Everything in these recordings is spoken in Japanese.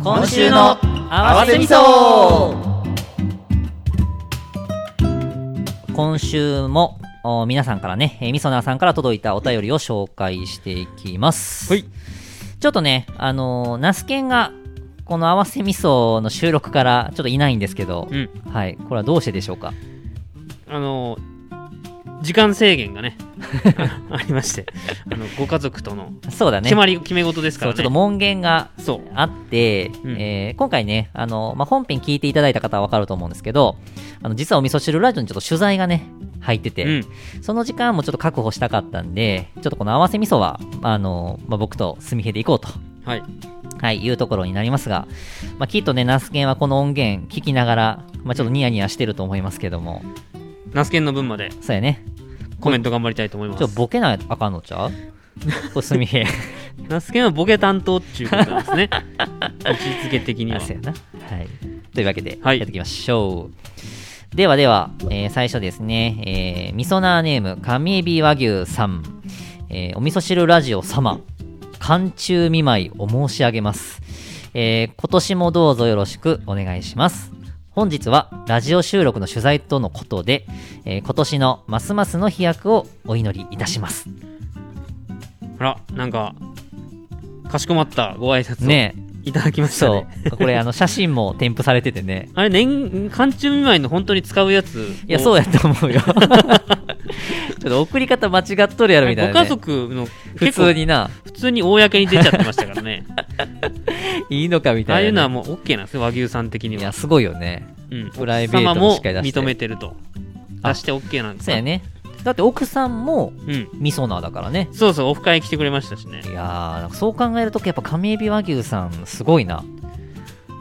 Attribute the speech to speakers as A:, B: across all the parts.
A: 今週の合わせみそ今週もお皆さんからね、えーみそなーさんから届いたお便りを紹介していきます。
B: はい
A: ちょっとね、あのー、ナスケンが、この合わせみその収録からちょっといないんですけど、
B: うん
A: はい、これはどうしてでしょうか。
B: あの時間制限がね あありましてあのご家族との
A: そうだね。
B: 決まり、決め事ですか
A: そう、
B: ら
A: ちょっと
B: ね
A: 門限が
B: そう
A: あって、
B: うん
A: えー今回ね、あの、まあ、本編聞いていただいた方はわかると思うんですけど、あの、実はお味噌汁ラジオにちょっと取材がね、入ってて、
B: うん
A: その時間もちょっと確保したかったんで、ちょっとこの合わせ味噌は、あの、まあ、僕とすみへで行こうと。
B: はい
A: はい、いうところになりますが、まあ、きっとね、ナスケンはこの音源聞きながら、まあ、ちょっとニヤニヤしてると思いますけども、
B: ナスケンの分まで
A: そうやね。
B: コメント頑張りたいと思いま
A: ちょっと
B: す
A: ボケないあかんのち ゃうこれすみへ。
B: ナスケンはボケ担当っていうことなんです ね位置づけ的には
A: あそうやな。はい。というわけで、
B: はい
A: やっていきましょう。ではでは、えー最初ですね、えー、みそなーネーム、神エビ和牛さん、えーお味噌汁ラジオ様、寒中見舞いお申し上げます。えー今年もどうぞよろしくお願いします。本日はラジオ収録の取材とのことで、えー今年のますますの飛躍をお祈りいたします。
B: あらなんかかしこまったご挨拶を
A: ね
B: いただきま
A: え、
B: した
A: そ
B: ね
A: う。これ、あの、写真も添付されててね。
B: あれ年間中見舞いの本当に使うやつ
A: いや、そう
B: や
A: やと思う よ。ちょっと送り方間違っとるやろみたいな、
B: ご家
A: ね。
B: 族の
A: 普
B: 結
A: 通
B: 構
A: にな、
B: 普通に公に出ちゃってましたか らね
A: いいのかみ
B: あ
A: たいな、
B: あ
A: ね。
B: いうのはもう OK なんですよ和牛さん的に
A: い
B: は
A: や、すごいよね。
B: うん、
A: プライベートもしっかり出して
B: 奥様も認めてると
A: あ
B: 出して OK なんです
A: そうやね。だって奥さんも
B: うん
A: ミソナーだからね。
B: そうそうオフ会来てくれましたしね
A: いやー、なんかそう考えるとやっぱ亀エビ和牛さんすごいな。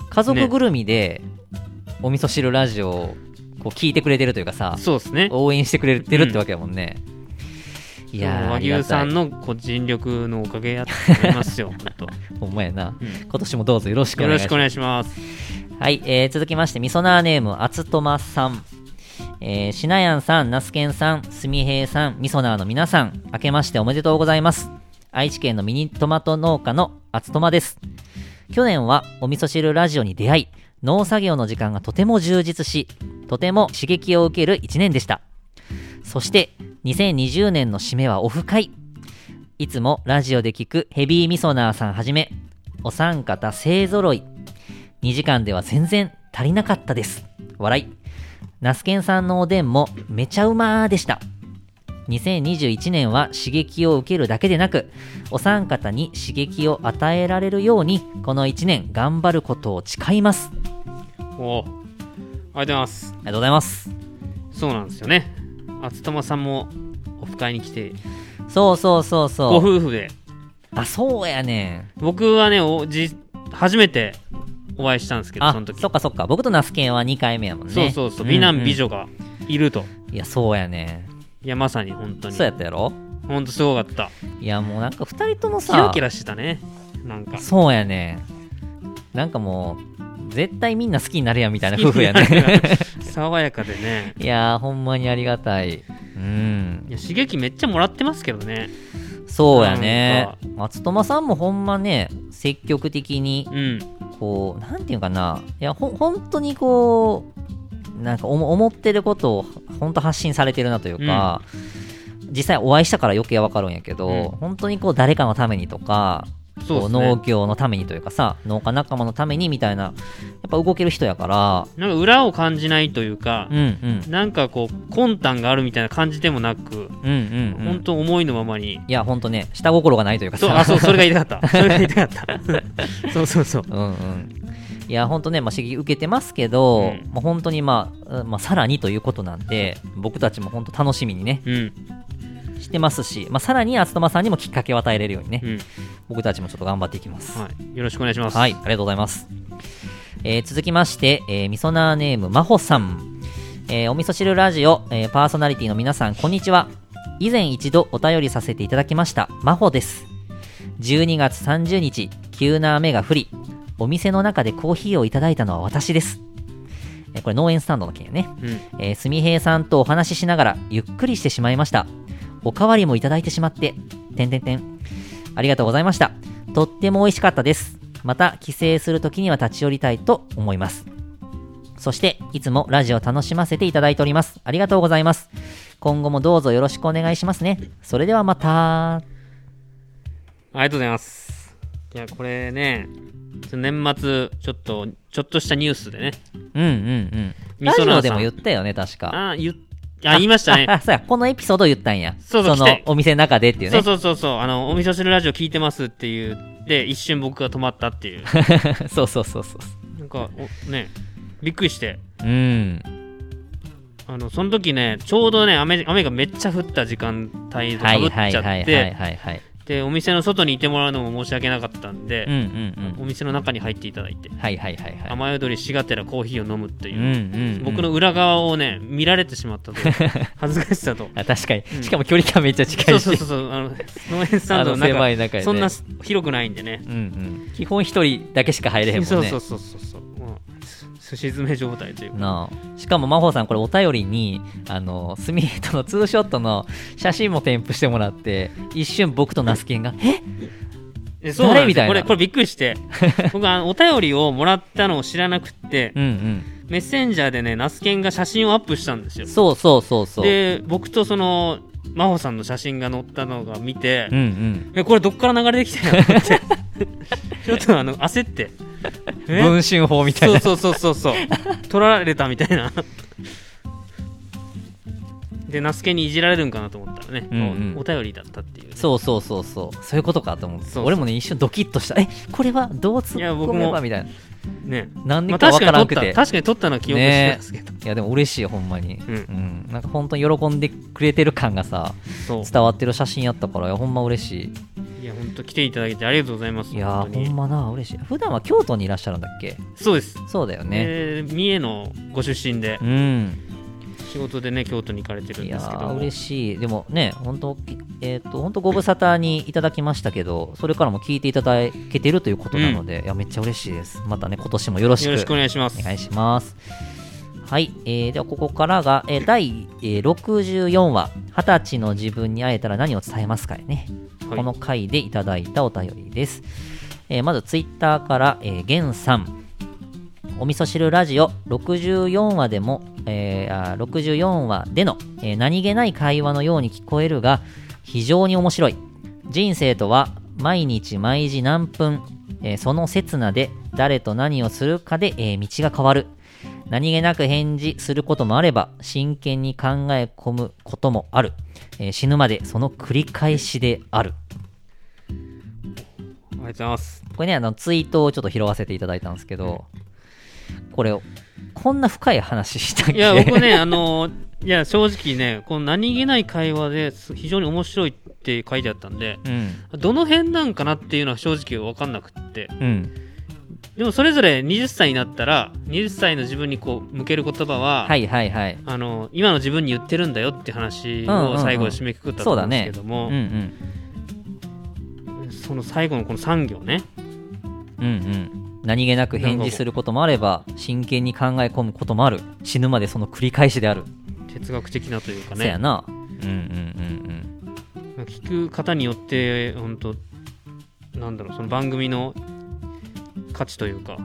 A: 家族ぐるみでお味噌汁ラジオをこう聞いてくれてるというかさ、
B: そうですね
A: 応援してくれてるってわけやもんね。いやー、
B: 和牛さん
A: の。
B: のこう人力のおかげやと思いま すよ本当、
A: ほんまやな。
B: うん
A: 今年もどうぞよろしくお
B: よ
A: 願い
B: ろ
A: しま
B: し
A: す
B: くお。願いします
A: はい、えー続きまして、みそなーネーム、あつとまさん。えー、しなやんさん、なすけんさん、すみへいさん、みそなーの皆さん、明けましておめでとうございます。愛知県のミニトマト農家のあつとまです。去年はお味噌汁ラジオに出会い、農作業の時間がとても充実し、とても刺激を受ける一年でした。そして、2020年の締めはオフ会。いつもラジオで聞くヘビーミソナーさんはじめ、お三方勢揃い。2時間では全然足りなかったです。笑い。ナスケンさんのおでんもめちゃうまーでした。2021年は刺激を受けるだけでなく、お三方に刺激を与えられるように、この1年頑張ることを誓います。あ
B: おーありがとうございます
A: りがとうございます。
B: そうなんですよね厚友さんもオフ会に来て
A: そうそうそうそう。
B: ご夫婦で
A: あ、そうやね
B: 僕はねおじ初めてお会いしたんですけ
A: ん。
B: ど
A: あ
B: その、時
A: そっかそっか。僕とナスケンは2回目やもんね。
B: そうそうそう美男美
A: うん
B: 女がいると、
A: うん。いや、そうやね
B: いやまさに本当
A: ん。
B: に
A: そうやったやろ
B: 本当すごかった
A: いや、もうなんか2人ともさ。
B: キラキラしてたねなんか
A: そうやねなんかもう絶対みんな好きになるやんみたいな夫婦やね
B: 爽やかでね
A: いやーほんまにありがたいうん
B: いや刺激めっちゃもらってますけどね
A: そうやね
B: な
A: 松友さんもほんまね積極的に
B: うん
A: こうなんていうかないやほ本当にこうなんか思思ってることを本当発信されてるなというか、実際お会いしたから余計わかるんやけど、
B: うん
A: 本当にこう誰かのためにとか
B: そう
A: こう
B: です
A: 農
B: ね
A: 業のためにというかさ農家仲間のためにみたいなやっぱ動ける人やから
B: なんか裏を感じないというか
A: うん、うん
B: なんかこう魂胆があるみたいな感じでもなく、
A: うんうん、うん、
B: 本当思いのままに
A: いや本当ね下心がないというか
B: そう
A: さ
B: あそうそれが言いたかったそれが言いたかったそうそうそう
A: うんうんいや本当ね、まあ、刺激受けてますけど、
B: うん
A: まあ、本当に、まあうんまあ、さらにということなんで僕たちも本当楽しみにね
B: うん
A: してますし、まあ、さらに厚友さんにもきっかけを与えれるようにね、
B: うん
A: 僕たちもちょっと頑張っていきます
B: はいよろしくお願いします
A: はい、ありがとうございます。えー続きまして、えーみそなーネーム、まほさん。えーお味噌汁ラジオ、えーパーソナリティの皆さん、こんにちは。以前一度お便りさせていただきました、まほです。12月30日、急な雨が降り、お店の中でコーヒーをいただいたのは私です。えーこれ農園スタンドの件ね。
B: うん
A: えー、すみへいさんとお話ししながらゆっくりしてしまいました。おかわりもいただいてしまって、てんてんてん。ありがとうございました。とっても美味しかったです。また帰省するときには立ち寄りたいと思います。そして、いつもラジオ楽しませていただいております。ありがとうございます。今後もどうぞよろしくお願いしますね。それではまた。
B: ありがとうございます。いや、これね、年末、ちょっと、ちょっとしたニュースでね。
A: うんうんうん。
B: み
A: ラ
B: そ
A: ジ
B: な
A: オ
B: ーさん
A: でも言ったよね、確か。
B: あ、言っ、あ、言いましたね
A: あ、。 あそうや、このエピソード言ったんや。
B: そうそう
A: の
B: 来て
A: お店の中でっていうね。
B: そうそうそうそう、あの、お味噌汁ラジオ聞いてますっていう、で、一瞬僕が止まったっていう。
A: そうそうそうそう
B: なんか、おね、びっくりして。
A: うん。
B: あの、その時ね、ちょうどね、雨、雨がめっちゃ降った時間帯と
A: は
B: かぶ
A: い
B: っちゃ
A: はいはい
B: っ
A: はい
B: て、
A: はいはい。
B: で、お店の外にいてもらうのも申し訳なかったん
A: うんう
B: で、
A: んう
B: お店の中に入っていただいて、
A: ん。はいはいはいはい。
B: 雨宿りしがてらコーヒーを飲むって
A: う
B: い
A: ん
B: う。
A: うんうん。
B: 僕の裏側をね見られてしまったと 恥ずかしさと
A: あ確かに
B: う。ん
A: しかも距離感めっちゃ近
B: そう
A: い
B: そう
A: し
B: そ。うそうあの農園スタン
A: あ
B: ドの
A: の狭い
B: 中
A: 中でね
B: そんな広くないんでね
A: うんうん。基本一人だけしか入れへんもんね。
B: そうそうそうそうそうもうすすし詰め状態というか
A: なあしかも真帆さんこれお便りにあのスミヘッドのツーショットの写真も添付してもらって一瞬僕とナスケンが「え
B: えそうなん
A: 誰み
B: です
A: たい
B: よ
A: な
B: これこれびっくりして 僕あのお便りをもらったのを知らなくって
A: うん
B: メッセンジャーでねナスケンが写真をアップしたんです
A: う
B: よ
A: んそうそうそうそう」
B: で僕とその真帆さんの写真が載ったのが見て、
A: うんうん
B: えこれどっから流れてきたんやと思って ちょっとあの焦ってえ
A: 文春法みたいな
B: そうそうそうそうそう取られたみたいなでナスケにいじられるんかなと思ったらね、
A: うんうん
B: おお便りだったっていうね、
A: そうそうそうそうそういうことかと思って
B: そうそう
A: 俺もね一瞬ドキッとしたえこれはどう突
B: いや
A: っ
B: 僕
A: 込め
B: も
A: ばみたいな
B: ね
A: なんで
B: まあ
A: かわ
B: 確
A: から
B: かに撮
A: ん
B: っ
A: く
B: た
A: て、
B: 確かに取ったのは記憶してますけど、
A: いやでも嬉しいよほんまに、
B: うん
A: うんなんか本当に喜んでくれてる感がさ
B: そう
A: 伝わってる写真やったからいやほんま嬉しい
B: いや本当来ていただいてありがとうございます
A: いや
B: 本当
A: ー
B: に
A: ほんまな嬉しい普段は京都にいらっしゃるんだっけ
B: そうです、
A: そうだよね、
B: えー三重のご出身で
A: うん
B: 仕事でね京都に行かれてるん
A: いや
B: ですけど
A: ー
B: も
A: 嬉しいでもね本当えっ、と本当ご無沙汰にいただきましたけどそれからも聞いていただけてるということなので、いやめっちゃ嬉しいですまたね今年もよろしく
B: よろしくお願いします
A: お願いします。はい、えーではここからが、えー第、えー64話「二十歳の自分に会えたら何を伝えますか」ね、
B: はい
A: この回でいただいたお便りです、えーまずツイッターから、えー、ゲンさんお味噌汁ラジオ64話でも、えーあー64話での、えー何気ない会話のように聞こえるが非常に面白い人生とは毎日毎時何分、えーその刹那で誰と何をするかで、えー道が変わる何気なく返事することもあれば真剣に考え込むこともある、えー死ぬまでその繰り返しである
B: ありがとうございます
A: これねあのツイートをちょっと拾わせていただいたんですけどこれこんな深い話したっけ
B: いや、僕ね、あのーいや、正直ね、この何気ない会話です非常に面白いって書いてあったんで、
A: うん
B: どの辺なんかなっていうのは正直分かんなくって。
A: うん
B: でもそれぞれ20歳になったら、20歳の自分にこう、向ける言葉は、
A: はいはいはい
B: あのー今の自分に言ってるんだよって話
A: うんうんうん
B: を最後締めくくったと
A: そう
B: 思
A: だ
B: うんです
A: ね
B: けど
A: うん
B: も、
A: うん
B: その最後のこの産業ね、
A: うんうん何気なく返事することもあれば真剣に考え込むこともある死ぬまでその繰り返しである、
B: 哲学的なというか
A: そや
B: ね、
A: なうんうんうん
B: 聞く方によって、本当なんだろう、その番組の価値というか、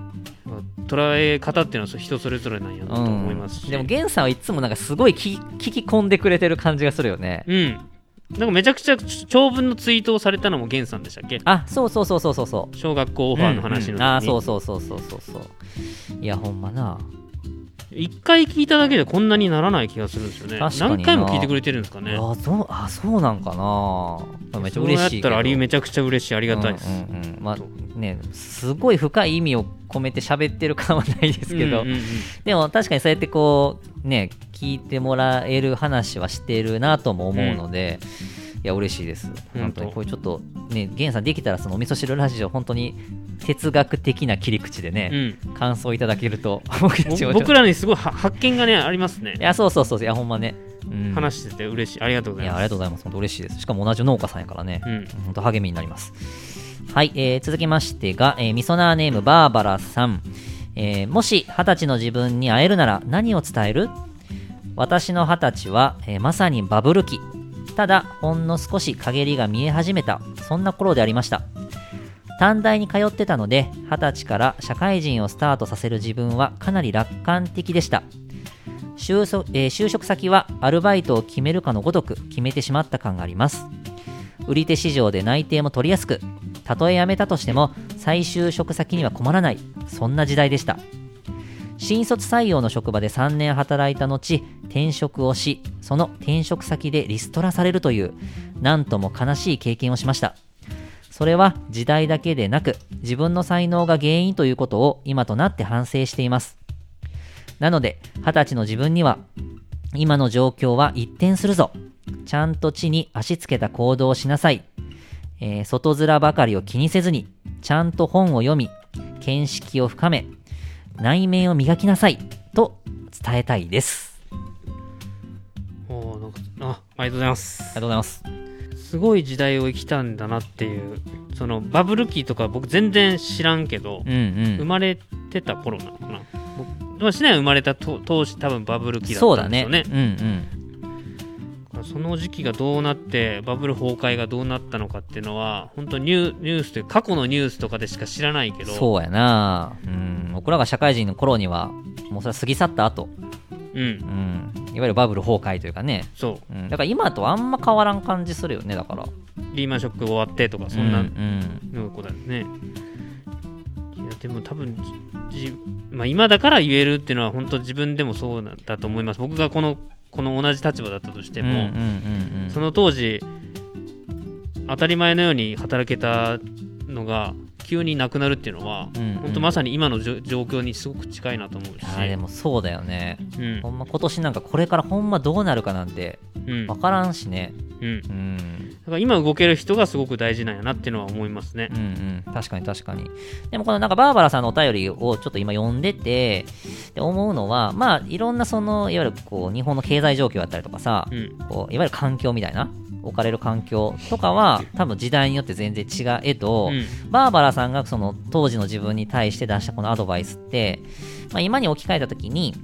B: 捉え方っていうのは人それぞれなんやな
A: う
B: と
A: ん
B: 思いますし、
A: でも源さんはいつもなんかすごい聞き聞き込んでくれてる感じがするよね
B: うん。なんかめちゃくちゃ長文のツイートをされたのもゲンさんでしたっけ
A: あそうそうそうそうそうそう
B: 小学校オファーの
A: う
B: 話の時に、
A: んうんあそうそうそうそうそうそういやほんまな
B: 一回聞いただけでこんなにならない気がするんですよね
A: 確かにな
B: 何回も聞いてくれてるんですかね
A: あそうあそうなんかなめっちゃ嬉しいけ
B: そうやった
A: ど
B: らあり
A: あ
B: めちゃくちゃ嬉しいあり
A: り
B: がたいです、
A: うんうんうんまあねすごい深い意味を込めて喋ってる感はないですけど、
B: うんうんうん
A: でも確かにそうやってこうね聞いてもらえる話はしてるなとも思うので、いや嬉しいです
B: 当
A: 本当にこれちょっとね源さんできたらそのお味噌汁ラジオ本当に哲学的な切り口で
B: う
A: ね、
B: ん
A: 感想いただけると 僕たちも
B: ぼ
A: ちょっと
B: 僕らにすごいは発見がねありますね
A: いやそうそうそういやほんまね、うん
B: 話してて嬉しいありがとうご
A: い
B: ざい
A: や
B: ます
A: ありがとうございます本当嬉しいですしかも同じ農家さんやからね、
B: うん
A: 本当励みになりますはい、えー続きましてが、えー、みそなーネームバーバラさん、えーもし二十歳の自分に会えるなら何を伝える私の二十歳は、えーまさにバブル期ただほんの少し陰りが見え始めたそんな頃でありました短大に通ってたので、二十歳から社会人をスタートさせる自分はかなり楽観的でした。就職えー就職先はアルバイトを決めるかのごとく決めてしまった感があります。売り手市場で内定も取りやすく、たとえ辞めたとしても再就職先には困らない、そんな時代でした。新卒採用の職場で3年働いた後、転職をし、その転職先でリストラされるという、なんとも悲しい経験をしました。それは時代だけでなく、自分の才能が原因ということを今となって反省しています。なので、二十歳の自分には、今の状況は一転するぞ。ちゃんと地に足つけた行動をしなさい。えー外面ばかりを気にせずに、ちゃんと本を読み、見識を深め、内面を磨きなさい。と伝えたいです。
B: おーなんかあありがとうございます
A: ありがとうございます。
B: すごい時代を生きたんだなっていうそのバブル期とか僕全然知らんけど、
A: うんう
B: 生
A: ん。
B: まれてた頃なのかな僕まあ市内生まれたと当時多分バブル期だ
A: そう
B: った
A: だ
B: んです
A: ね。
B: よ
A: うん
B: ね
A: うん。
B: その時期がどうなってバブル崩壊がどうなったのかっていうのは本当ニューニュースという過去のニュースとかでしか知らないけど
A: そうやなうん僕らが社会人の頃にはもうそれは過ぎ去った後、
B: う、
A: う、
B: ん
A: ん、いわゆるバブル崩壊というかね、
B: そう
A: うん、だから今とあんま変わらん感じするよねだから
B: リーマンショック終わってとかそんな
A: うんうん
B: の子だよね、いやでも多分じじ、まあ、今だから言えるっていうのは本当自分でもそうなんだと思います僕がこのこの同じ立場だったとして
A: うんうん
B: も、
A: うんうん
B: その当時当たり前のように働けたのが急になくなるっていうのは、
A: うんうん
B: 本当まさに今のじょ状況にすごく近いなと思うし
A: あ、ーでもそうだよね
B: うん
A: ほんま今年なんかこれからほんまどうなるかなんて
B: うん
A: 分からんしね
B: うん、だ
A: うん
B: から今動ける人がすごく大事なんやなっていうのは思いますね
A: う。んうん確かに確かにでもこのなんかバーバラさんのお便りをちょっと今読んでてで思うのはまあいろんなそのいわゆるこう日本の経済状況だったりとかさ、
B: うん
A: こういわゆる環境みたいな置かれる環境とかは多分時代によって全然違えど、
B: うん
A: バーバラさんがその当時の自分に対して出したこのアドバイスって、まあ、今に置き換えた時に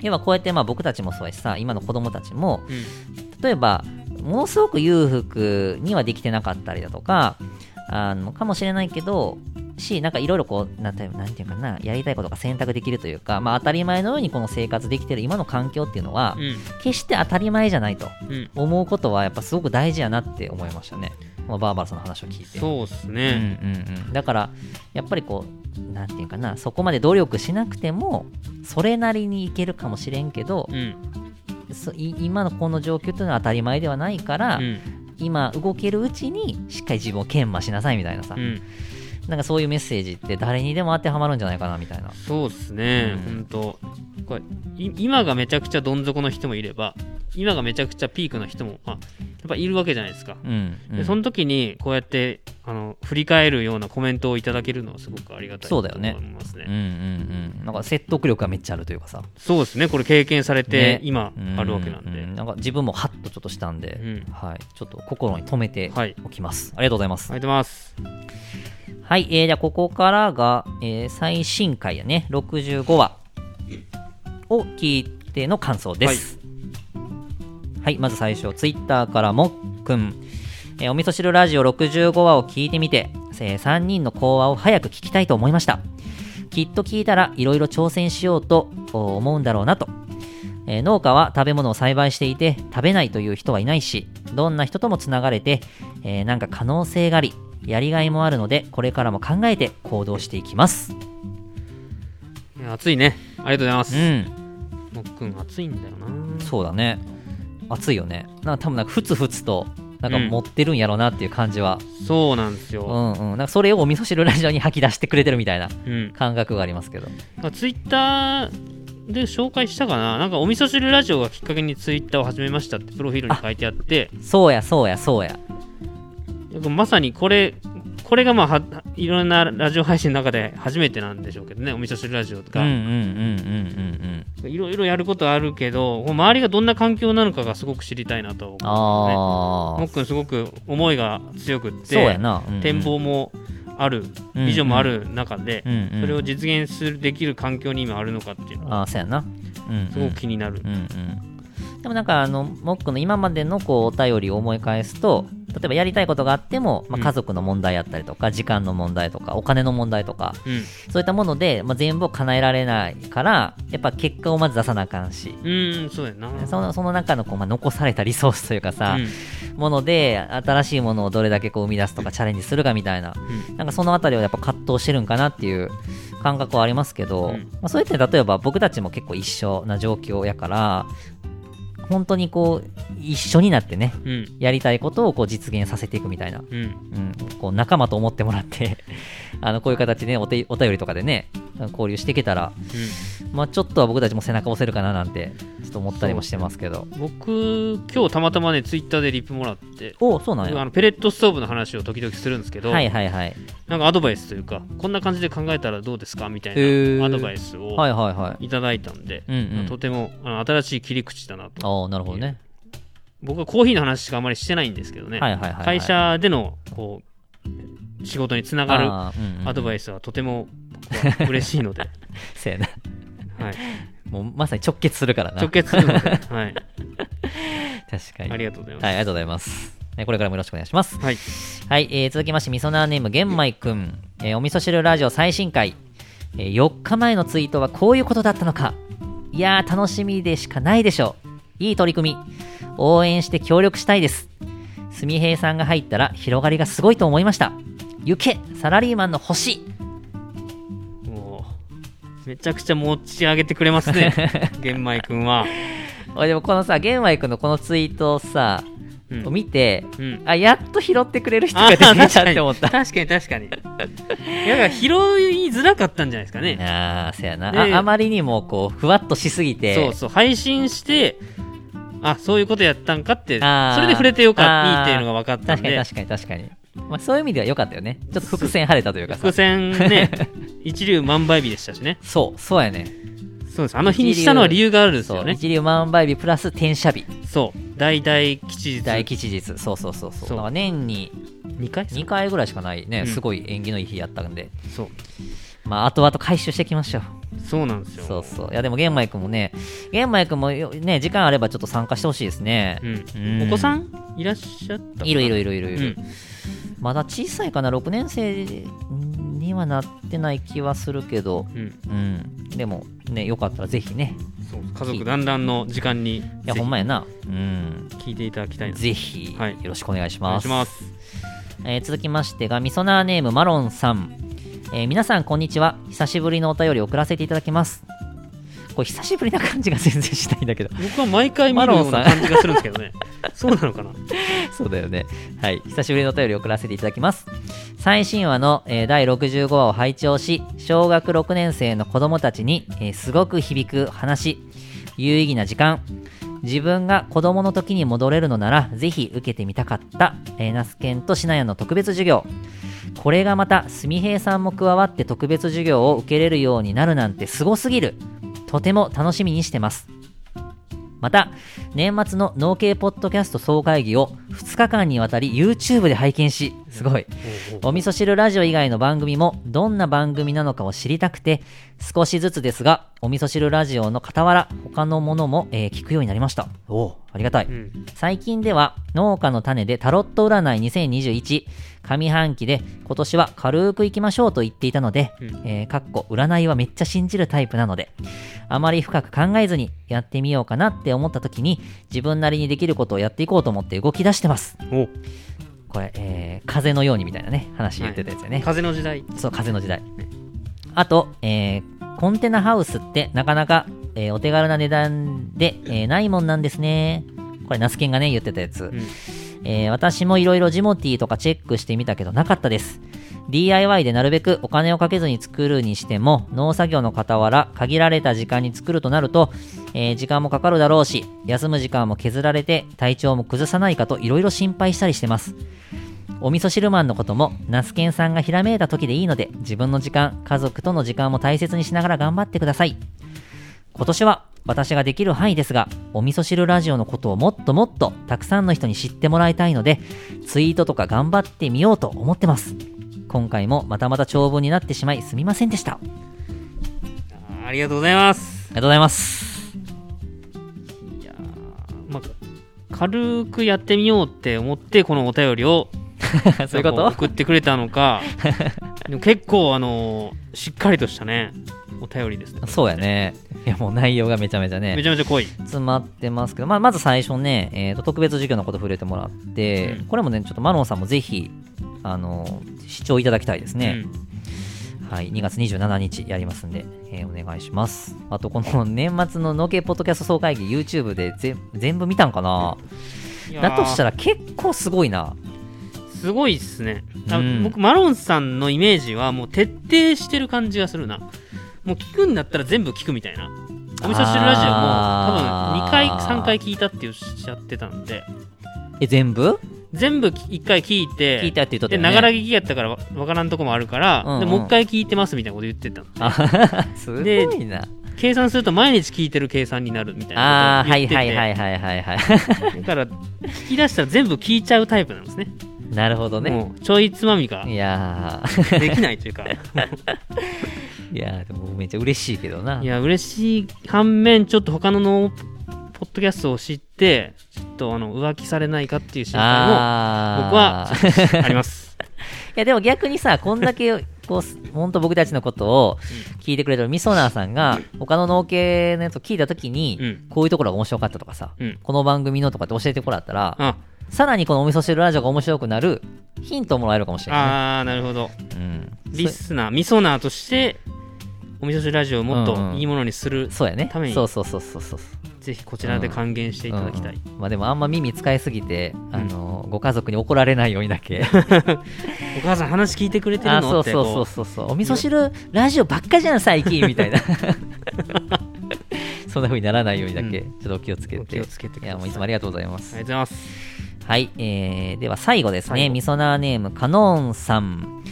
A: 要はこうやってまあ僕たちもそうやしさ今の子供たちも
B: うん
A: 例えばものすごく裕福にはできてなかったりだとかあのかもしれないけどしなんかいろいろこうなんていうなんていうかなやりたいことが選択できるというか、まあ、当たり前のようにこの生活できてる今の環境っていうのは、
B: うん
A: 決して当たり前じゃないと
B: うん
A: 思うことはやっぱすごく大事やなって思いましたね、まあ、バーバラさんの話を聞いて
B: そうです
A: うん
B: ね、
A: うんうん、だからやっぱりこうなんていうかなそこまで努力しなくてもそれなりにいけるかもしれんけど
B: う、ん
A: そい今のこの状況というのは当たり前ではないから、
B: うん
A: 今動けるうちにしっかり自分を研磨しなさいみたいなさ、
B: うん、
A: なんかそういうメッセージって誰にでも当てはまるんじゃないかなみたいな
B: そうですね、
A: うん
B: 本当これい今がめちゃくちゃどん底の人もいれば今がめちゃくちゃピークの人も、まあ、やっぱいるわけじゃないですか、
A: うん、うん
B: でその時にこうやってあの振り返るようなコメントをいただけるのはすごくありがたい
A: そうだよね
B: と思いますね
A: うんうんうんなんか説得力がめっちゃあるというかさ
B: そうですねこれ経験されて
A: ね
B: 今あるわけなんで、
A: うなんか自分もハッとちょっとしたんで、
B: うん
A: はい、ちょっと心に留めて
B: はい
A: おきます、ありがとうございます
B: ありがとうございます
A: はい、えー、じゃあここからが、えー最新回やね65話を聞いての感想ですはい、まず最初ツイッターからもっくん、えーお味噌汁ラジオ65話を聞いてみて、え3人の講話を早く聞きたいと思いましたきっと聞いたらいろいろ挑戦しようとお思うんだろうなとえー農家は食べ物を栽培していて食べないという人はいないしどんな人ともつながれて、えーなんか可能性がありやりがいもあるのでこれからも考えて行動していきます
B: いや暑いねありがとうございま
A: う
B: す、
A: ん
B: もっくん暑いんだよな
A: そうだね暑いよねなんか多分なんかふつふつとなんか
B: うん
A: 持ってるんやろうなっていう感じは、
B: そうなんです
A: う
B: よ、
A: ん、うんなんかそれをお味噌汁ラジオに吐き出してくれてるみたいな
B: うん、
A: 感覚がありますけど
B: あツイッターで紹介したかななんかお味噌汁ラジオがきっかけにツイッターを始めましたってプロフィールに書いてあって
A: そうやそうやそうや
B: まさにこれこれがまあはいろんなラジオ配信の中で初めてなんでしょうけどねお味噌汁ラジオと
A: うんうん
B: か、
A: うんうんうんうん
B: いろいろやることあるけど周りがどんな環境なのかがすごく知りたいなと思
A: ああ、
B: う、ね、もっくんすごく思いが強くって
A: そうやな、うんうん
B: 展望もある
A: うん
B: ビジョンもある中で、
A: うんうん
B: それを実現するできる環境に今あるのかっていうのは
A: ああそうやなうんうん
B: すごく気になる
A: うんうんでもなんかあのモックの今までのこうお便りを思い返すと例えばやりたいことがあっても、まあ、
B: うん
A: 家族の問題やったりとか時間の問題とかお金の問題とか
B: うん
A: そういったもので、まあ、全部を叶えられないからやっぱ結果をまず出さなあかんし
B: うんそうやな
A: そのその中のこう、まあ、残されたリソースというかさ、
B: うん
A: もので新しいものをどれだけこう生み出すとかチャレンジするかみたいな
B: うん
A: なんかそのあたりはやっぱ葛藤してるんかなっていう感覚はありますけど、
B: うん
A: まあ、そうやって例えば僕たちも結構一緒な状況やから本当にこう一緒になってね
B: うん
A: やりたいことをこう実現させていくみたいな、
B: うん
A: うん、こう仲間と思ってもらって あのこういう形でねお手お便りとかでね交流していけたら、まあ、ちょっとは僕たちも背中押せるかななんてちょっと思ったりもしてますけど
B: うん僕今日たまたまねツイッターでリプもらって
A: おそうなん
B: 僕あ
A: や
B: のペレットストーブの話を時々するんですけど、
A: はいはいはい
B: なんかアドバイスというかこんな感じで考えたらどうですかみたい
A: へー
B: なアドバイスを
A: はいはいはい
B: いただいたんで、
A: うんうん
B: とてもあの新しい切り口だなと
A: ああなるほどね
B: 僕はコーヒーの話しかあまりしてないんですけどね、
A: はいはいはいはい
B: 会社でのこう仕事につながる
A: あーうんうん
B: アドバイスはとても僕は嬉し いので、
A: せやな
B: はい、
A: もうまさに直結するからな。
B: 直結するので、はい、
A: 確かに。
B: あり
A: が
B: がとうございます。
A: はい、ありがとうございます。ねこれからもよろしくお願いします。
B: はい、
A: はい、えー続きまして、みそなーネーム、玄米くん。えーお味噌汁ラジオ最新回。えー4日前のツイートはこういうことだったのか。いやー、楽しみでしかないでしょう。いい取り組み。応援して協力したいです。すみへいさんが入ったら広がりがすごいと思いました。行けサラリーマンの星
B: もうめちゃくちゃ持ち上げてくれま すね、玄米くんは。
A: 俺でもこのさ、玄米くんのこのツイートをさ、
B: うん
A: 見て、
B: うん
A: あ、やっと拾ってくれる人が
B: あ
A: 出
B: ー
A: てき
B: 確
A: たっ
B: かに
A: て思った。
B: 確かに確かに。だから拾いづらかったんじゃないですか ね。
A: ああ、そやな。
B: で
A: ああまりにも、こう、ふわっとしすぎて。
B: そうそう、配信して、あ、そういうことやったんかって、
A: あー
B: それで触れてよ
A: あ
B: か
A: ー
B: った、いいっていうのが分かったん
A: 確かに
B: で、
A: 確かに確かに。まあ、そういう意味では良かったよね。ちょっと伏線晴れたというかさ
B: 伏。線 ね、一流万倍日でしたしね。
A: そう、そうやね。
B: そうです。あの日にしたのは理由があるんです
A: そ
B: よ
A: う。
B: ね。
A: 一流万倍日プラス転写日。
B: そう。大々吉日。
A: 大吉日。そうそうそうそう。
B: そう
A: だから年に
B: 2回
A: 2回ぐらいしかないね、
B: うん
A: すごい縁起のいい日やったんで。
B: そう。
A: まあ、後々回収していきましょう。
B: そうなんですよ。
A: そうそう。いや、でも、玄米くんもね、玄米くんもよね、時間あればちょっと参加してほしいですね。
B: うん。
A: うん
B: お子さんいらっしゃったかない
A: るいるいるいるいる。
B: うん
A: まだ小さいかな、6年生にはなってない気はするけど、
B: うん。
A: うん、でもね、よかったらぜひね、
B: そう家族団らんの時間に、
A: いや、ほ
B: ぜひ
A: んまやな、うん、
B: 聞いていただきたいな
A: ぜひ、
B: はい
A: よろしくお願いし
B: お願
A: ま
B: い
A: す。
B: します。
A: えー続きましてが、みそなーネームマロンさん、えー皆さん、こんにちは、久しぶりのお便りを送らせていただきます。これ、久しぶりな感じが全然しないんだけど、
B: 僕は毎回見るような感じがするんですけどね。 そうなのかな
A: そうだよね。はい。久しぶりのお便りを送らせていただきます。最新話の、えー第65話を拝聴し、小学6年生の子供たちに、えーすごく響く話、有意義な時間、自分が子供の時に戻れるのなら、ぜひ受けてみたかった、えー、ナスケンとシナヤの特別授業。これがまた、すみへいさんも加わって特別授業を受けれるようになるなんてすごすぎる。とても楽しみにしてます。また、年末の農系ポッドキャスト総会議を2日間にわたり YouTube で拝見し、すごい。お味噌汁ラジオ以外の番組もどんな番組なのかを知りたくて、少しずつですが、お味噌汁ラジオの傍ら、他のものも、えー聞くようになりました。おお、ありがたい。
B: うん。
A: 最近では農家の種でタロット占い2021上半期で今年は軽くいきましょうと言っていたので、
B: うん
A: えーかっこ占いはめっちゃ信じるタイプなのであまり深く考えずにやってみようかなって思った時に自分なりにできることをやっていこうと思って動き出してます
B: お
A: これ、えー風のようにみたいなね話言ってたやつだよね、
B: 風の時代。
A: そう、風の時代。あと、えーコンテナハウスってなかなか、えーお手軽な値段で、えーないもんなんですね。これ、ナスケンがね、言ってたやつ。
B: うん。
A: えー私もいろいろジモティーとかチェックしてみたけどなかったです。DIY でなるべくお金をかけずに作るにしても、農作業の傍ら、限られた時間に作るとなると、えー時間もかかるだろうし、休む時間も削られて、体調も崩さないかといろいろ心配したりしてます。お味噌汁マンのことも、ナスケンさんがひらめいた時でいいので、自分の時間、家族との時間も大切にしながら頑張ってください。今年は私ができる範囲ですが、お味噌汁ラジオのことをもっともっとたくさんの人に知ってもらいたいので、ツイートとか頑張ってみようと思ってます。今回もまたまた長文になってしまいすみませんでした。あり
B: あーありがとうございます。
A: がとうございます。
B: いやーまあ、軽くやってみようって思ってこのお便りを
A: そういうこと
B: なんか送ってくれたの かでも結構あのしっかりとしたねお便りですね
A: そうやね。いや、もう内容がめちゃめちゃね。
B: めちゃめちゃ濃い
A: 詰まってますけど、まあ、まず最初ね、えーと特別授業のこと触れてもらって、
B: うん
A: これもねちょっとマロンさんもぜひあの視聴いただきたいですね、はい、2月27日やりますんで、えーお願いしますあとこの年末ののけポッドキャスト総会議 YouTube でぜ全部見たんかなだとした
B: ら
A: ら結構すごいな
B: すごいっすね
A: ん
B: あ僕マロンさんのイメージはもう徹底してる感じがするなもう聞くんだったら全部聞くみたいなお味噌汁ラジオ
A: あー
B: も多分2回3回聞いたっておっしゃってたんで
A: え全部
B: 全部1回聞いて
A: 聞いたって言っとった
B: で
A: よね
B: ながら聞きやったからわわからんとこもあるから、
A: うんうん
B: でもう一回聞いてますみたいなこと言ってたの
A: あすごいな
B: 計算すると毎日聞いてる計算になるみた
A: あ
B: いな
A: あ
B: ことを
A: は
B: 言
A: い
B: ってて
A: はいはいはいはいは
B: だから聞き出したら全部聞いちゃうタイプなんですね
A: い なるほどね
B: もうちょいつまみが
A: いやー
B: できないというか
A: いやーでもめっちゃ嬉しいけどない
B: や嬉しい反面ちょっと他ののポッドキャストを知ってちょっとあの浮気されないかっていう心配も僕は
A: あー
B: あります
A: いやでも逆にさ、こんだけ、こうす、本当僕たちのことを聞いてくれてるミソナーさんが、他の農系のやつを聞いたときに、
B: うん
A: こういうところが面白かったとかさ、
B: うん
A: この番組のとかって教えてもらったら、
B: あ
A: さらにこのお味噌汁ラジオが面白くなるヒントをもらえるかもしれな
B: あーなるほど
A: いね。うん。
B: リスナーミソナーとしてお味噌汁ラジオをもっ
A: うんう
B: と
A: ん
B: いいものにする、
A: そそうやね
B: ため。に
A: そうそうそうそうそう。
B: ぜひこちらで還元していただきたい、
A: うんまあでもあんま耳使いすぎて、あの、ご家族に怒られないようにだけ。
B: お母さん話聞いてくれてる
A: あ、
B: の
A: そう
B: って
A: そうそう
B: こ
A: そうそう。お味噌汁ラジオばっかじゃん、最近みたいな。そんな風にならないようにだけ、
B: う
A: ちょっとお気をつけて。
B: お気をつけてください
A: や、もういつもありがとうございま
B: あ
A: す。
B: りがとうございます
A: はい、えー、では最後です
B: 最
A: ね。
B: 後
A: みそなーネーム、カノーンさん。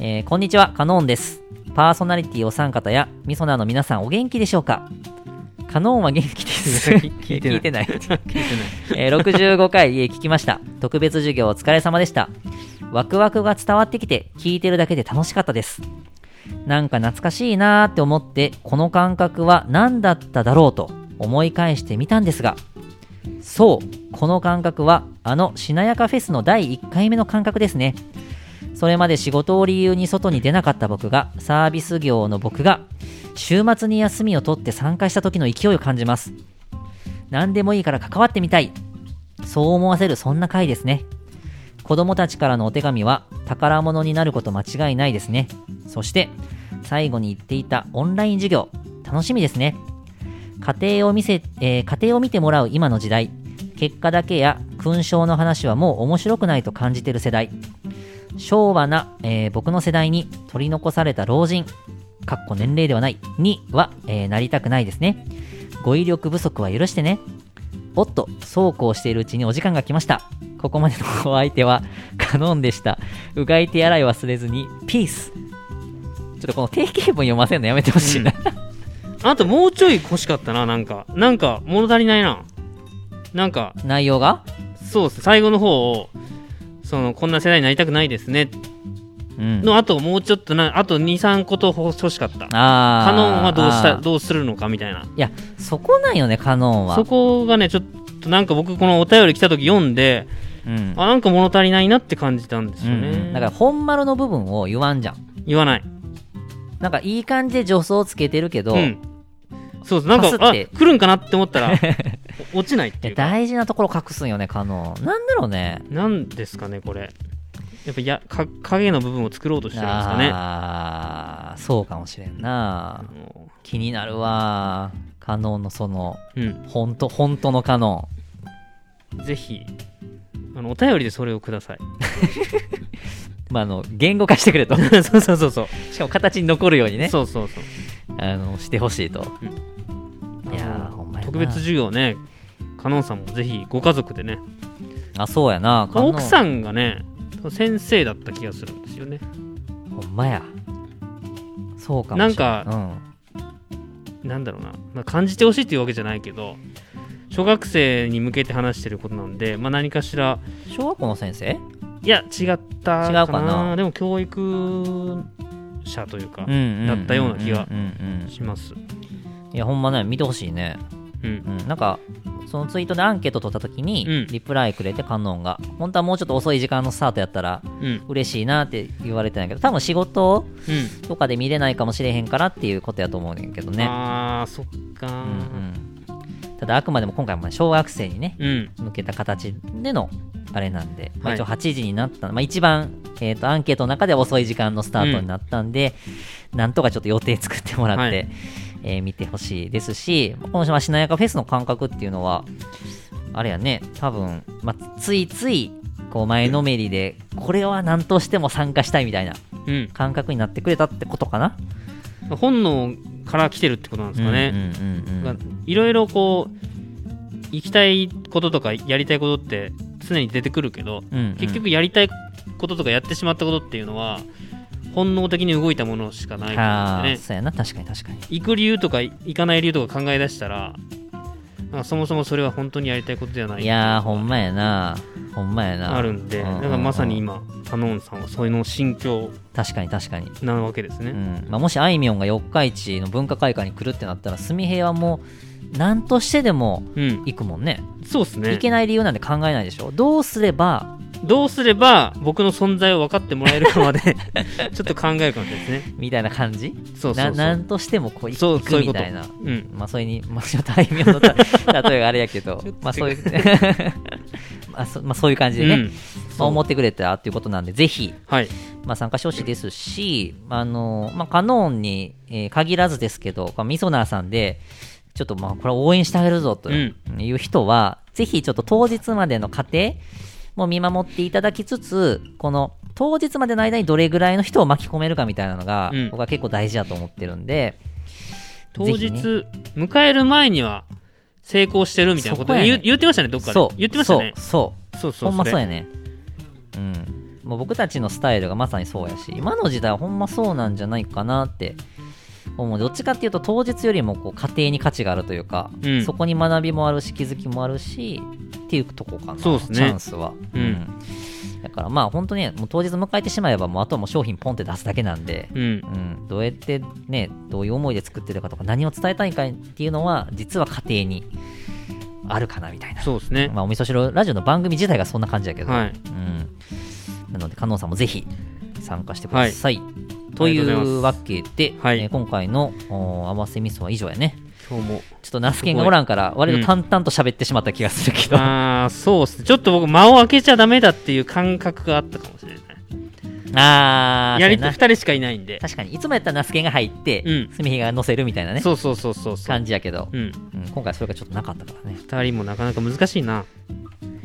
A: えー、こんにちは、カノーンです。パーソナリティお三方や、みそなーの皆さんお元気でしょうかカノーンは元気です。
B: 聞いてな
A: 聞
B: い
A: いてない。
B: 聞いてない
A: えー65回えー聞きました特別授業お疲れ様でしたワクワクが伝わってきて聞いてるだけで楽しかったですなんか懐かしいなーって思ってこの感覚は何だっただろうと思い返してみたんですがそうこの感覚はあのしなやかフェスの第1回目の感覚ですねそれまで仕事を理由に外に出なかった僕がサービス業の僕が週末に休みを取って参加した時の勢いを感じます何でもいいから関わってみたいそう思わせるそんな回ですね子供たちからのお手紙は宝物になること間違いないですねそして最後に言っていたオンライン授業楽しみですね家庭を見せ、えー家庭を見てもらう今の時代結果だけや勲章の話はもう面白くないと感じてる世代昭和な、えー僕の世代に取り残された老人かっこ年齢ではないには、えーなりたくないですね語彙力不足は許してねおっと、そうこうしているうちにお時間が来ました。ここまでのお相手は、 カノンでした。うがい手洗い忘れずに、ピース。ちょっとこの定型文読ませるのやめてほしいな。
B: あともうちょい欲しかったな、なんか。なんか、物足りないな。なんか、
A: 内容が
B: そうっす。最後の方を、その、こんな世代になりたくないですね。
A: うん。
B: の後、もうちょっとな、あと2、3個と欲しかった。
A: あー
B: カノンはどうし
A: あ
B: た、
A: ー
B: どうするのかみたいな。
A: いや、そこなんよね、カノンは。
B: そこがね、ちょっと、なんか僕、このお便り来た時読んで、
A: うん。
B: あ、なんか物足りないなって感じたんです
A: う
B: よ
A: ん
B: ね。
A: うんだから、本丸の部分を言わんじゃん。
B: 言わない。
A: なんか、いい感じで助走つけてるけど、
B: うん。そうです。なんか
A: パス、っ
B: あ、
A: て
B: 来るんかなって思った ら、お落ちないっ
A: い
B: てい
A: や
B: うか。
A: 大事なところ隠すんよね、カノン。なんだろうね。
B: なんですかね、これ。やっぱやか影の部分を作ろうとしてるんですかね。
A: ああ、そうかもしれんな。
B: も
A: 気になるわカノンのその
B: ううん、
A: 本当本当のカノ
B: ぜひあのお便りでそれをください
A: ン、まあ、あの言語化してくれとし
B: そうそうそうそう、
A: かも形に残るようにね
B: そうそうそう
A: あのしてほしいと、いやー
B: あの
A: ほんまやな
B: 特別授業ねカノンさんもぜひご家族でね
A: あそうやなカノン
B: 奥さんがね先生だった気がするんですよね
A: ほんまやそうかもしれ
B: なんか
A: うん
B: なんだろうな、まあ、感じてほしいっていうわけじゃないけど小学生に向けて話してることなんで、まあ、何かしら
A: 小学校の先生
B: いや違ったかな
A: 違うかな
B: でも教育者というか、
A: うんうん
B: だったような気が
A: うんうんうん
B: します
A: いやほんまね見てほしいね
B: うん
A: うん、なんかそのツイートでアンケート取った時に
B: うん
A: リプライくれてカノンが本当はもうちょっと遅い時間のスタートやったら
B: うん
A: 嬉しいなって言われてないけど多分仕事
B: うん
A: とかで見れないかもしれへんからっていうことやと思うねんけどね、
B: ああそっか
A: うんうん、ただあくまでも今回もね小学生にね
B: うん、うん
A: 向けた形でのあれなんで、まあ、
B: はい
A: 一応8時になった、まあ、一番、えー、とアンケートの中で遅い時間のスタートになったんで、なんとかちょっと予定作ってもらって、
B: はい
A: えー見てほしいですしこのしなやかフェスの感覚っていうのはあれやね多分、まあ、ついついこう前のめりでこれは何としても参加したいみたいな感覚になってくれたってことかな。
B: 本能から来てるってことなんですかね、
A: うんうんうんうん
B: なんかいろいろこう行きたいこととかやりたいことって常に出てくるけど、
A: うんうん
B: 結局やりたいこととかやってしまったことっていうのは本能的に動いたものしかないから
A: あ
B: で
A: あ
B: すね
A: そうやな確かに確かに
B: 行く理由とか行かない理由とか考え出したらなんかそもそもそれは本当にやりたいことではない
A: いやーほんまやなほんまやな
B: あるんで、
A: ううう
B: だからまさに今カノンさんはそういうの心境
A: 確かに確かに、
B: なわけですね、
A: うんまあ、もしあいみょんが四日市の文化会館に来るってなったら純平はもう何としてでも
B: うん、
A: 行くもんね
B: そうですね
A: 行けない理由なんて考えないでしょどうすれば
B: どうすれば僕の存在を分かってもらえるかまで ちょっと考えるかもしれないですね
A: みたいな感じ
B: そうそう
A: な
B: そう
A: 何としてもこう行く
B: そうそうい
A: み
B: うこと
A: たいな
B: うん
A: まあそれに、 まあ、ちょっとあいみょん のた例えがあれやけど
B: ちょっと
A: まあそういう まあそまあそういう感じでね、
B: うん
A: まあ、思ってくれたらっていうことなんでぜひ
B: はい
A: まあ、参加してほしいですし、あのまあ、カノンに、えー限らずですけど、まあ、みそなーさんで、ちょっとまあこれ応援してあげるぞと
B: うん
A: いう人は、ぜひちょっと当日までの過程も見守っていただきつつ、この当日までの間にどれぐらいの人を巻き込めるかみたいなのが、
B: うん
A: 僕は結構大事だと思ってるんで、
B: 当
A: ぜ
B: 日
A: ひね
B: 迎える前には成功してるみたいなこ
A: そこ
B: と
A: やね
B: 言う言ってましたねどっかで
A: そう、
B: 言ってましたね
A: そう、そう
B: そうそう
A: ほんまそうや
B: ね
A: ね。うん。もう僕たちのスタイルがまさにそうやし、今の時代はほんまそうなんじゃないかなって思う。どっちかっていうと当日よりもこう家庭に価値があるというか、
B: うん
A: そこに学びもあるし気づきもあるし、っていうとこかな。
B: そうっすね
A: チャンスは。
B: うん
A: だからまあ本当ね、もう当日迎えてしまえばもうあとはもう商品ポンって出すだけなんで、
B: うん
A: うん、どうやってねどういう思いで作ってるかとか何を伝えたいかっていうのは実は家庭にあるかなみたいな
B: そうですね
A: まあ、お味噌汁ラジオの番組自体がそんな感じやけど、
B: はい
A: うん、なので観音さんもぜひ参加してください、と
B: あり
A: い
B: がとうございう
A: わけで、
B: はい
A: えー今回のお合わせ味噌は以上やね
B: 今日も
A: ちょっとナスケンがおらんから割と淡々と喋ってしまった気がするけど、あ
B: ああそうっすねちょっと僕間を空けちゃダメだっていう感覚があったかもしれない
A: あー
B: やり
A: そう
B: 2
A: な
B: 人しかいないんで
A: 確かにいつもやったらナスケンが入って
B: うん
A: すみひが乗せるみたいなね
B: そうそうそうそうそう
A: 感じやけど、
B: うん
A: うん今回それがちょっとなかったからね
B: 2人もなかなか難しいな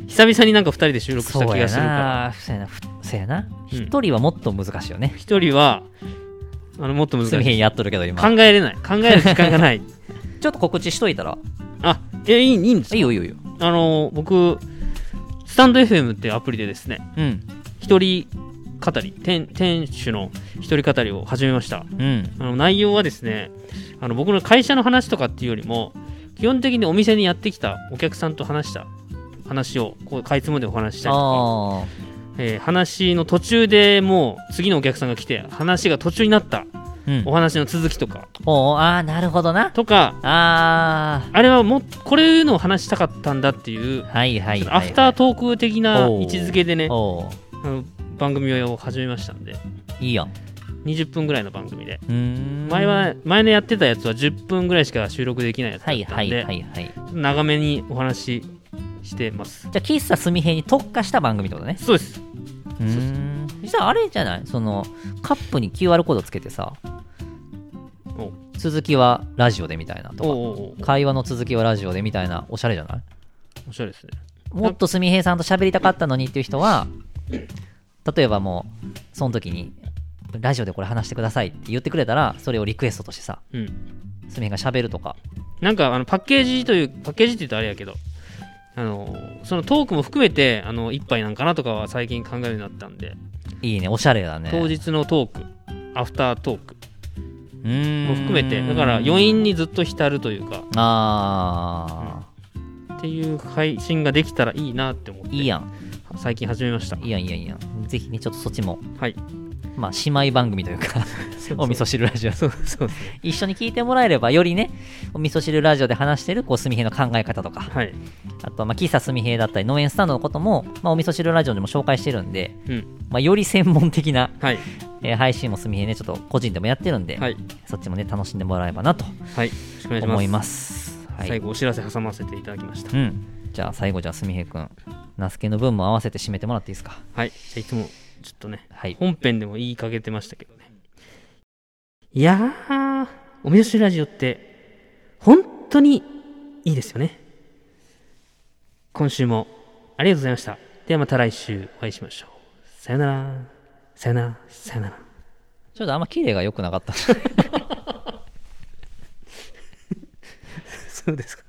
B: 久々になんか2人で収録した
A: そう
B: 気
A: や
B: がするから
A: なそうやなふそうやな
B: うん
A: 一人はもっと難しいよね
B: 一人はあのもっと難
A: すみ
B: しい
A: ひやっとるけど今
B: 考えれない考える時間がない
A: ちょっと告知しといたら
B: あえいいいいんです
A: い
B: か
A: いよいいよいいよ
B: あの僕スタンド FM っていうアプリでですね
A: うん
B: 一人語り店店主の一人語りを始めました
A: うん
B: あの内容はですねあの僕の会社の話とかっていうよりも基本的にお店にやってきたお客さんと話した話をこうかいつまんでお話ししたりとか
A: あ
B: えー話の途中でもう次のお客さんが来て話が途中になった
A: あうん
B: お話の続きとか
A: おーあーなるほどな
B: とか
A: あ
B: あれはもうこれいうのを話したかったんだっていう
A: あはいはい
B: ちょっ
A: はい
B: とアフタートーク的な位置づけでね
A: おー
B: あの番組を始めましたんで
A: いいよ
B: 20分ぐらいの番組で
A: うーん
B: 前は前のやってたやつは10分ぐらいしか収録できないやつだ
A: はい
B: った
A: は
B: ん
A: い
B: で
A: は
B: ち
A: いはいじ
B: ょっと長めにお話ししてます
A: ゃあ喫茶すみへに特化した番組ってことね
B: そうです
A: うーんそしたらあれじゃないそのカップに QR コードつけてさ
B: おう
A: 続きはラジオでみたいな
B: おう
A: とか
B: おうおう
A: 会話の続きはラジオでみたいなおしゃれじゃない
B: 面白いですね
A: もっとすみへいさんと喋りたかったのにっていう人は、例えばもう、その時に、ラジオでこれ話してくださいって言ってくれたら、それをリクエストとしてさ、
B: うん
A: すみへいが喋るとか。
B: なんかあのパッケージというパッケージって言うとあれやけどあのそのトークも含めてあの一杯なんかなとかは最近考えるようになったんで、
A: いいね、おしゃれだね。
B: 当日のトークアフタートークも
A: も
B: 含めてだから余韻にずっと浸るというか
A: あ
B: っていう配信ができたらいいなって思っ
A: ー、
B: て
A: いいやん。
B: 最近始めました
A: いいやん、いいやん、いいやん。ぜひね、ちょっとそっちも
B: はい
A: まあ、姉妹番組というか、
B: そう
A: お味噌汁ラジオ。
B: そうそうですね
A: 一緒に聞いてもらえれば、よりね、お味噌汁ラジオで話してる、こう、すみへいの考え方とか、
B: はい
A: あとは、まあ、喫茶すみへいだったり、農園スタンドのことも、まあ、お味噌汁ラジオでも紹介してるんで、
B: うん
A: まあ、より専門的な、
B: はい
A: えー配信もすみへいね、ちょっと個人でもやってるんで、
B: はい
A: そっちもね、楽しんでもらえればなと
B: はいよろしくお願いします
A: 思います。はい、
B: 最後お知らせ挟ませていただきました
A: うん。じゃあ、最後、じゃあ、すみへいくん、ナスケの分も合わせて締めてもらっていいですか。
B: はい。じゃあいつも、ちょっとね、
A: はい
B: 本編でも言いかけてましたけどね。いやー、おみよしラジオって、本当にいいですよね。今週もありがとうございました。ではまた来週お会いしましょう。さよなら、さよなら、さよなら。
A: ちょっとあんま綺麗が良くなかった。
B: そうですか。